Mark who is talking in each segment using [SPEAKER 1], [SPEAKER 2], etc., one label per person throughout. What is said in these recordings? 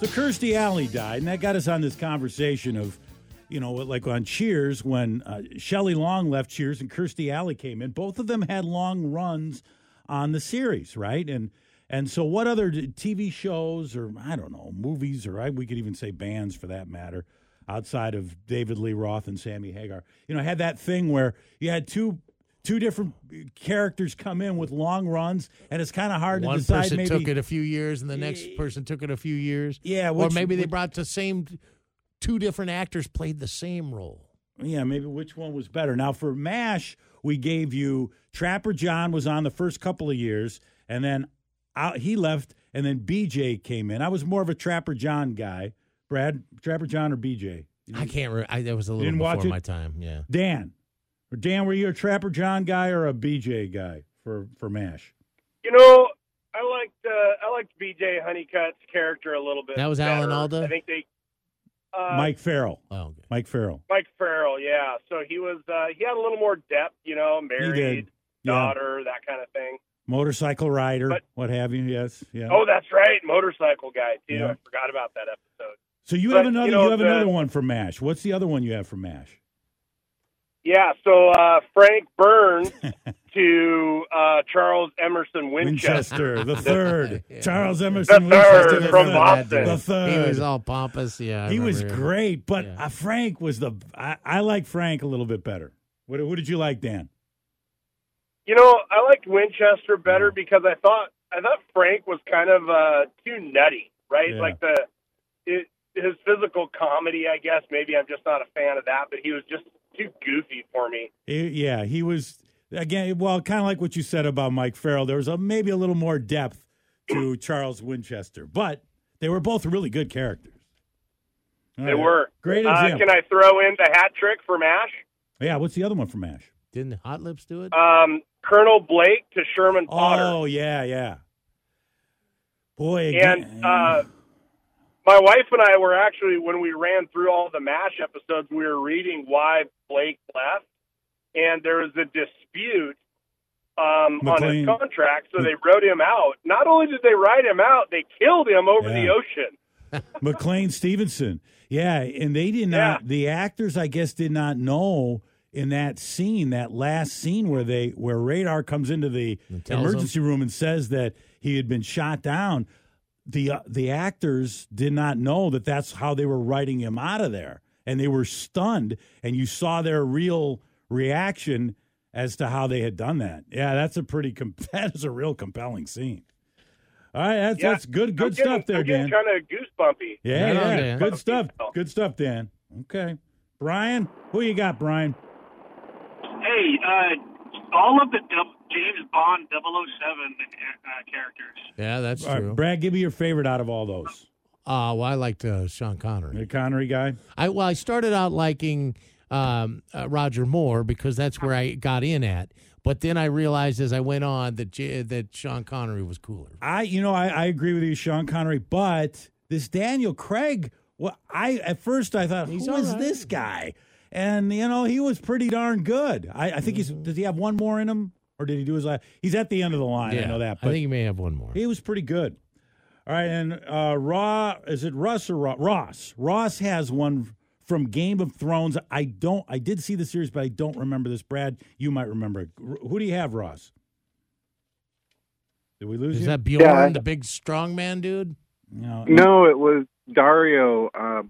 [SPEAKER 1] So Kirstie Alley died, and that got us on this conversation of, you know, like on Cheers when uh, Shelley Long left Cheers and Kirstie Alley came in. Both of them had long runs on the series, right? And and so what other d- TV shows or I don't know movies or I, we could even say bands for that matter, outside of David Lee Roth and Sammy Hagar, you know, had that thing where you had two. Two different characters come in with long runs, and it's kind of hard
[SPEAKER 2] One
[SPEAKER 1] to decide.
[SPEAKER 2] person
[SPEAKER 1] maybe
[SPEAKER 2] took it a few years, and the next person took it a few years.
[SPEAKER 1] Yeah,
[SPEAKER 2] or
[SPEAKER 1] which-
[SPEAKER 2] maybe they
[SPEAKER 1] which-
[SPEAKER 2] brought the same two different actors played the same role.
[SPEAKER 1] Yeah, maybe which one was better. Now for MASH, we gave you Trapper John was on the first couple of years, and then out, he left, and then BJ came in. I was more of a Trapper John guy. Brad, Trapper John or BJ?
[SPEAKER 2] I can't. Re- I, that was a little
[SPEAKER 1] Didn't
[SPEAKER 2] before
[SPEAKER 1] watch it?
[SPEAKER 2] my time. Yeah,
[SPEAKER 1] Dan, or Dan, were you a Trapper John guy or a BJ guy for for MASH?
[SPEAKER 3] You know, I liked uh, I liked BJ Honeycutt's character a little bit.
[SPEAKER 2] That was Alan
[SPEAKER 3] better.
[SPEAKER 2] Alda?
[SPEAKER 3] I think they uh,
[SPEAKER 1] Mike Farrell,
[SPEAKER 2] oh, okay.
[SPEAKER 1] Mike Farrell.
[SPEAKER 3] Mike Farrell. Yeah, so he was uh, he had a little more depth. You know, married,
[SPEAKER 1] did. Yeah.
[SPEAKER 3] daughter, that kind of thing.
[SPEAKER 1] Motorcycle rider,
[SPEAKER 3] But-
[SPEAKER 1] what have you? Yes, yeah.
[SPEAKER 3] Oh, that's right, motorcycle guy too.
[SPEAKER 1] Yeah.
[SPEAKER 3] I forgot about that episode.
[SPEAKER 1] so you
[SPEAKER 3] but,
[SPEAKER 1] have
[SPEAKER 3] you
[SPEAKER 1] another. You,
[SPEAKER 3] know,
[SPEAKER 1] have
[SPEAKER 3] the-
[SPEAKER 1] another one for MASH. What's the other one you have for MASH?
[SPEAKER 3] Yeah, so uh, Frank Burns to uh, Charles Emerson Winchester.
[SPEAKER 1] Winchester, the third.
[SPEAKER 2] Yeah.
[SPEAKER 1] Charles Emerson
[SPEAKER 3] The
[SPEAKER 1] Winchester,
[SPEAKER 3] third
[SPEAKER 1] the
[SPEAKER 3] from
[SPEAKER 1] third.
[SPEAKER 3] Boston.
[SPEAKER 1] The
[SPEAKER 2] He
[SPEAKER 1] third.
[SPEAKER 2] was all pompous. Yeah, I
[SPEAKER 1] He was
[SPEAKER 2] remember.
[SPEAKER 1] great, but
[SPEAKER 2] Yeah.
[SPEAKER 1] uh, Frank was the. I, I like Frank a little bit better. What, what did you like, Dan?
[SPEAKER 3] You know, I liked Winchester
[SPEAKER 1] Mm-hmm.
[SPEAKER 3] better because I thought I thought Frank was kind of uh, too nutty, right?
[SPEAKER 1] Yeah.
[SPEAKER 3] Like the it, his physical comedy. I guess maybe I'm just not a fan of that, but he was just too goofy for me.
[SPEAKER 1] He- yeah, he was again. Well, kind of like what you said about Mike Farrell. There was a, maybe a little more depth to Charles Winchester, but they were both really good characters. All
[SPEAKER 3] They
[SPEAKER 1] right.
[SPEAKER 3] were
[SPEAKER 1] Oh, great
[SPEAKER 3] Uh,
[SPEAKER 1] example.
[SPEAKER 3] can I throw in the hat trick for Mash?
[SPEAKER 1] yeah, what's the other one from Ash?
[SPEAKER 2] Didn't Hot Lips do it?
[SPEAKER 3] Um, Colonel Blake to Sherman Potter,
[SPEAKER 1] Oh yeah, yeah. Boy, again.
[SPEAKER 3] and uh, my wife and I were actually when we ran through all the Mash episodes, we were reading why Blake left, and there was a dispute um, on
[SPEAKER 1] McLean.
[SPEAKER 3] his contract, so they wrote him out. Not only did they write him out, they killed him over
[SPEAKER 1] Yeah.
[SPEAKER 3] the ocean.
[SPEAKER 1] McLean Stevenson. Yeah, and they did not.
[SPEAKER 3] Yeah.
[SPEAKER 1] The actors, I guess, did not know in that scene, that last scene where they where Radar comes into the
[SPEAKER 2] And tells
[SPEAKER 1] emergency room and says that he had been shot down. The uh, the actors did not know that that's how they were writing him out of there, and they were stunned. And you saw their real reaction as to how they had done that. Yeah, that's a pretty com- that is a real compelling scene. All right, that's
[SPEAKER 3] Yeah.
[SPEAKER 1] that's good
[SPEAKER 3] I'm
[SPEAKER 1] good
[SPEAKER 3] getting,
[SPEAKER 1] stuff there,
[SPEAKER 3] I'm
[SPEAKER 1] Dan.
[SPEAKER 3] getting kind of goosebumpy.
[SPEAKER 1] Yeah,
[SPEAKER 2] Right on,
[SPEAKER 1] yeah.
[SPEAKER 2] Dan.
[SPEAKER 1] good stuff. Good stuff, Dan. Okay, Brian, who you got, Brian?
[SPEAKER 4] Hey, uh, all of the dub- James Bond 007 uh, characters.
[SPEAKER 2] yeah, that's
[SPEAKER 1] All right,
[SPEAKER 2] true.
[SPEAKER 1] Brad, give me your favorite out of all those.
[SPEAKER 2] Ah, well, I liked uh, Sean Connery.
[SPEAKER 1] The Connery guy.
[SPEAKER 2] I well, I started out liking um, uh, Roger Moore because that's where I got in at. But then I realized as I went on that J- that Sean Connery was cooler.
[SPEAKER 1] I, you know, I, I agree with you, Sean Connery, but this Daniel Craig. Well, I at first I thought, who is
[SPEAKER 2] He's all right.
[SPEAKER 1] this guy? And you know, he was pretty darn good. I, I think he's. Does he have one more in him, or did he do his last? He's at the end of the line. I know that. But
[SPEAKER 2] I think you may have one more.
[SPEAKER 1] He was pretty good. All right, and uh, Raw is it Russ or Ro- Ross? Ross has one from Game of Thrones. I don't. I did see the series, but I don't remember this. Brad, you might remember. it. R- Who do you have, Ross? Did we lose
[SPEAKER 2] Is
[SPEAKER 1] you?
[SPEAKER 2] that Bjorn,
[SPEAKER 5] Yeah.
[SPEAKER 2] the big strong man dude?
[SPEAKER 1] no.
[SPEAKER 2] Mm-hmm.
[SPEAKER 5] No, it was Dario, uh,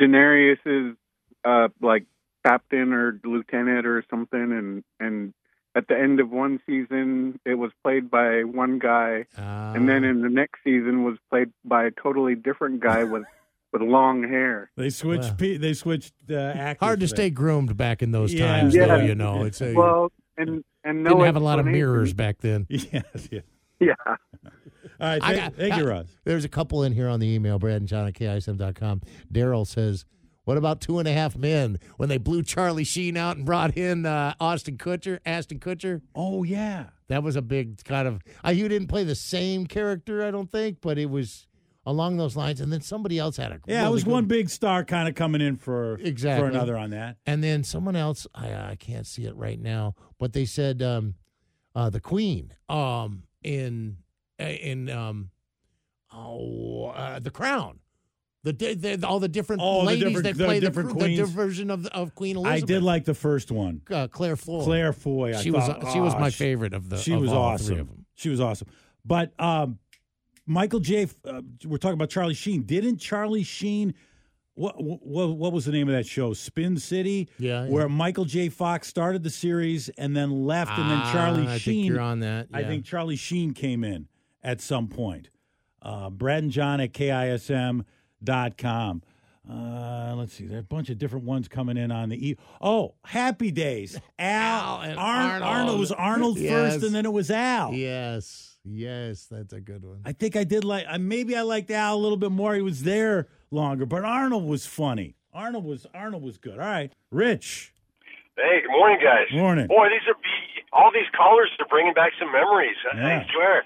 [SPEAKER 5] Daenerys's uh, like captain or lieutenant or something, and and at the end of one season, it was played by one guy,
[SPEAKER 2] Uh,
[SPEAKER 5] and then in the next season was played by a totally different guy with with long hair.
[SPEAKER 1] They switched.
[SPEAKER 2] Wow.
[SPEAKER 1] pe- they switched uh, actors.
[SPEAKER 2] hard to
[SPEAKER 1] for that.
[SPEAKER 2] stay groomed back in those
[SPEAKER 1] Yeah.
[SPEAKER 2] times, though.
[SPEAKER 5] Yeah.
[SPEAKER 2] You know, it's a,
[SPEAKER 5] Well, and and no
[SPEAKER 2] didn't have a lot of
[SPEAKER 5] explanation.
[SPEAKER 2] mirrors back then.
[SPEAKER 1] Yes, yeah.
[SPEAKER 5] Yeah,
[SPEAKER 1] All right.
[SPEAKER 2] I
[SPEAKER 1] Thank,
[SPEAKER 2] got-
[SPEAKER 1] thank you,
[SPEAKER 2] I-
[SPEAKER 1] Ross.
[SPEAKER 2] There's a couple in here on the email, Brad and John at KISM.com. Daryl says, What about two and a half men when they blew Charlie Sheen out and brought in uh, Austin Kutcher, Ashton Kutcher?
[SPEAKER 1] Oh yeah.
[SPEAKER 2] That was a big kind of. I you didn't play the same character, I don't think, but it was along those lines. And then somebody else had a
[SPEAKER 1] Yeah, it
[SPEAKER 2] really
[SPEAKER 1] was
[SPEAKER 2] good-
[SPEAKER 1] one big star kind of coming in for for
[SPEAKER 2] Exactly.
[SPEAKER 1] another on that.
[SPEAKER 2] And then someone else, I I can't see it right now, but they said uh, um, uh, the Queen um, in in um, oh, uh, The Crown. The, di- the, all the different
[SPEAKER 1] Oh, the
[SPEAKER 2] ladies
[SPEAKER 1] different-
[SPEAKER 2] that
[SPEAKER 1] the
[SPEAKER 2] play
[SPEAKER 1] different
[SPEAKER 2] the, the
[SPEAKER 1] queens.
[SPEAKER 2] version of, of Queen
[SPEAKER 1] I
[SPEAKER 2] Elizabeth.
[SPEAKER 1] did like the first one.
[SPEAKER 2] uh, Claire Foy.
[SPEAKER 1] Claire Foy. I
[SPEAKER 2] She
[SPEAKER 1] thought,
[SPEAKER 2] was she was
[SPEAKER 1] "Oh,
[SPEAKER 2] my
[SPEAKER 1] sh-
[SPEAKER 2] favorite of the.
[SPEAKER 1] She
[SPEAKER 2] of
[SPEAKER 1] was
[SPEAKER 2] all
[SPEAKER 1] awesome.
[SPEAKER 2] Three of them.
[SPEAKER 1] She was awesome. But um, Michael J. F- Uh, we're talking about Charlie Sheen. Didn't Charlie Sheen? What, what what was the name of that show? Spin City.
[SPEAKER 2] Yeah, yeah.
[SPEAKER 1] Where Michael J. Fox started the series and then left, and then Charlie
[SPEAKER 2] Ah, I
[SPEAKER 1] Sheen.
[SPEAKER 2] think you're on that.
[SPEAKER 1] I
[SPEAKER 2] yeah.
[SPEAKER 1] think Charlie Sheen came in at some point. Uh, Brad and John at KISM.com. Uh, let's see. There are a bunch of different ones coming in on the E. Oh, Happy Days. Al,
[SPEAKER 2] Al and
[SPEAKER 1] Arn-
[SPEAKER 2] Arnold.
[SPEAKER 1] Arnold. It was Arnold
[SPEAKER 2] Yes.
[SPEAKER 1] first, and then it was Al.
[SPEAKER 2] Yes, yes, that's a good one.
[SPEAKER 1] I think I did like, I, maybe I liked Al a little bit more. He was there longer, but Arnold was funny. Arnold was Arnold was good. All right, Rich.
[SPEAKER 6] Hey, good morning, guys.
[SPEAKER 1] Morning.
[SPEAKER 6] Boy, these are all these callers are bringing back some memories. I-
[SPEAKER 1] Yeah.
[SPEAKER 6] I swear.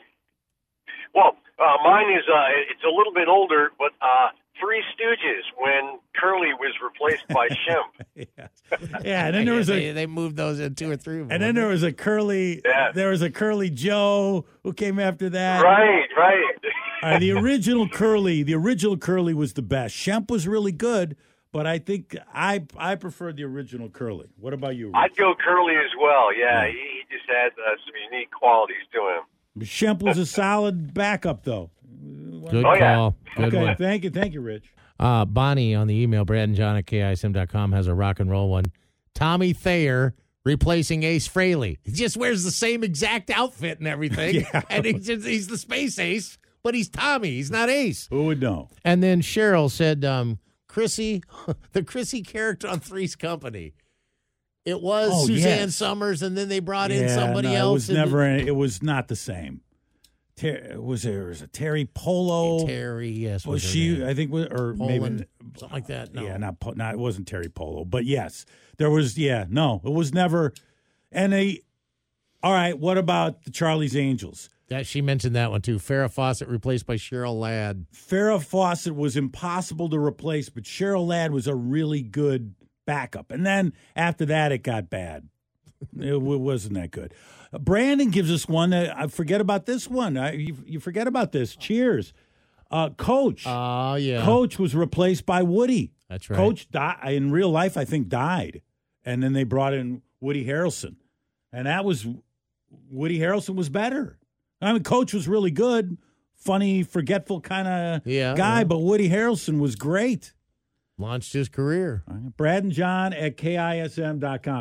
[SPEAKER 6] Well, uh, mine is uh, it's a little bit older, but uh, Three Stooges when Curly was replaced by Shemp.
[SPEAKER 1] yeah. and then there was a
[SPEAKER 2] they, they moved those in two or three. of them,
[SPEAKER 1] And then there
[SPEAKER 2] wasn't
[SPEAKER 1] was a curly,
[SPEAKER 6] Yeah.
[SPEAKER 1] there was a curly Joe who came after that.
[SPEAKER 6] Right, right.
[SPEAKER 1] All right, the original curly, the original curly was the best. Shemp was really good, but I think I I preferred the original curly. What about you?
[SPEAKER 6] I'd
[SPEAKER 1] Rich?
[SPEAKER 6] go Curly as well. Yeah, he, he just had uh, some unique qualities to him.
[SPEAKER 1] Shemp was a solid backup though.
[SPEAKER 2] it? good
[SPEAKER 6] Oh, yeah.
[SPEAKER 2] call. Good
[SPEAKER 1] okay,
[SPEAKER 2] one.
[SPEAKER 1] thank you, thank you, Rich.
[SPEAKER 2] Uh, Bonnie on the email, Brad and John at KISM.com has a rock and roll one. Tommy Thayer replacing Ace Fraley. He just wears the same exact outfit and everything.
[SPEAKER 1] Yeah.
[SPEAKER 2] And he's, just- he's the space ace, but he's Tommy. He's not Ace.
[SPEAKER 1] Who would know?
[SPEAKER 2] And then Cheryl said, um, Chrissy, the Chrissy character on Three's Company. It was
[SPEAKER 1] Oh,
[SPEAKER 2] Suzanne
[SPEAKER 1] yes.
[SPEAKER 2] Summers, and then they brought in
[SPEAKER 1] Yeah,
[SPEAKER 2] somebody
[SPEAKER 1] no,
[SPEAKER 2] else.
[SPEAKER 1] It was
[SPEAKER 2] and
[SPEAKER 1] never. It was not the same. Ter- was there was a Terry Polo?
[SPEAKER 2] Terry, yes.
[SPEAKER 1] was
[SPEAKER 2] Was her
[SPEAKER 1] she?
[SPEAKER 2] name.
[SPEAKER 1] I think was or
[SPEAKER 2] Poland,
[SPEAKER 1] maybe
[SPEAKER 2] something like that. No.
[SPEAKER 1] Yeah, not Po- not it wasn't Terry Polo, but yes, there was. Yeah, no, it was never. And they, all right. What about the Charlie's Angels?
[SPEAKER 2] That she mentioned that one too. Farrah Fawcett replaced by Cheryl Ladd.
[SPEAKER 1] Farrah Fawcett was impossible to replace, but Cheryl Ladd was a really good backup. And then after that, it got bad. It w- wasn't that good. Brandon gives us one that I forget about this one. I, you, you forget about this. Cheers, uh, Coach.
[SPEAKER 2] Oh yeah,
[SPEAKER 1] Coach was replaced by Woody.
[SPEAKER 2] that's right.
[SPEAKER 1] Coach di- in real life, I think, died, and then they brought in Woody Harrelson, and that was Woody Harrelson was better. I mean, Coach was really good, funny, forgetful kind of
[SPEAKER 2] Yeah,
[SPEAKER 1] guy,
[SPEAKER 2] yeah.
[SPEAKER 1] but Woody Harrelson was great.
[SPEAKER 2] launched his career.
[SPEAKER 1] Brad and John at kism.com.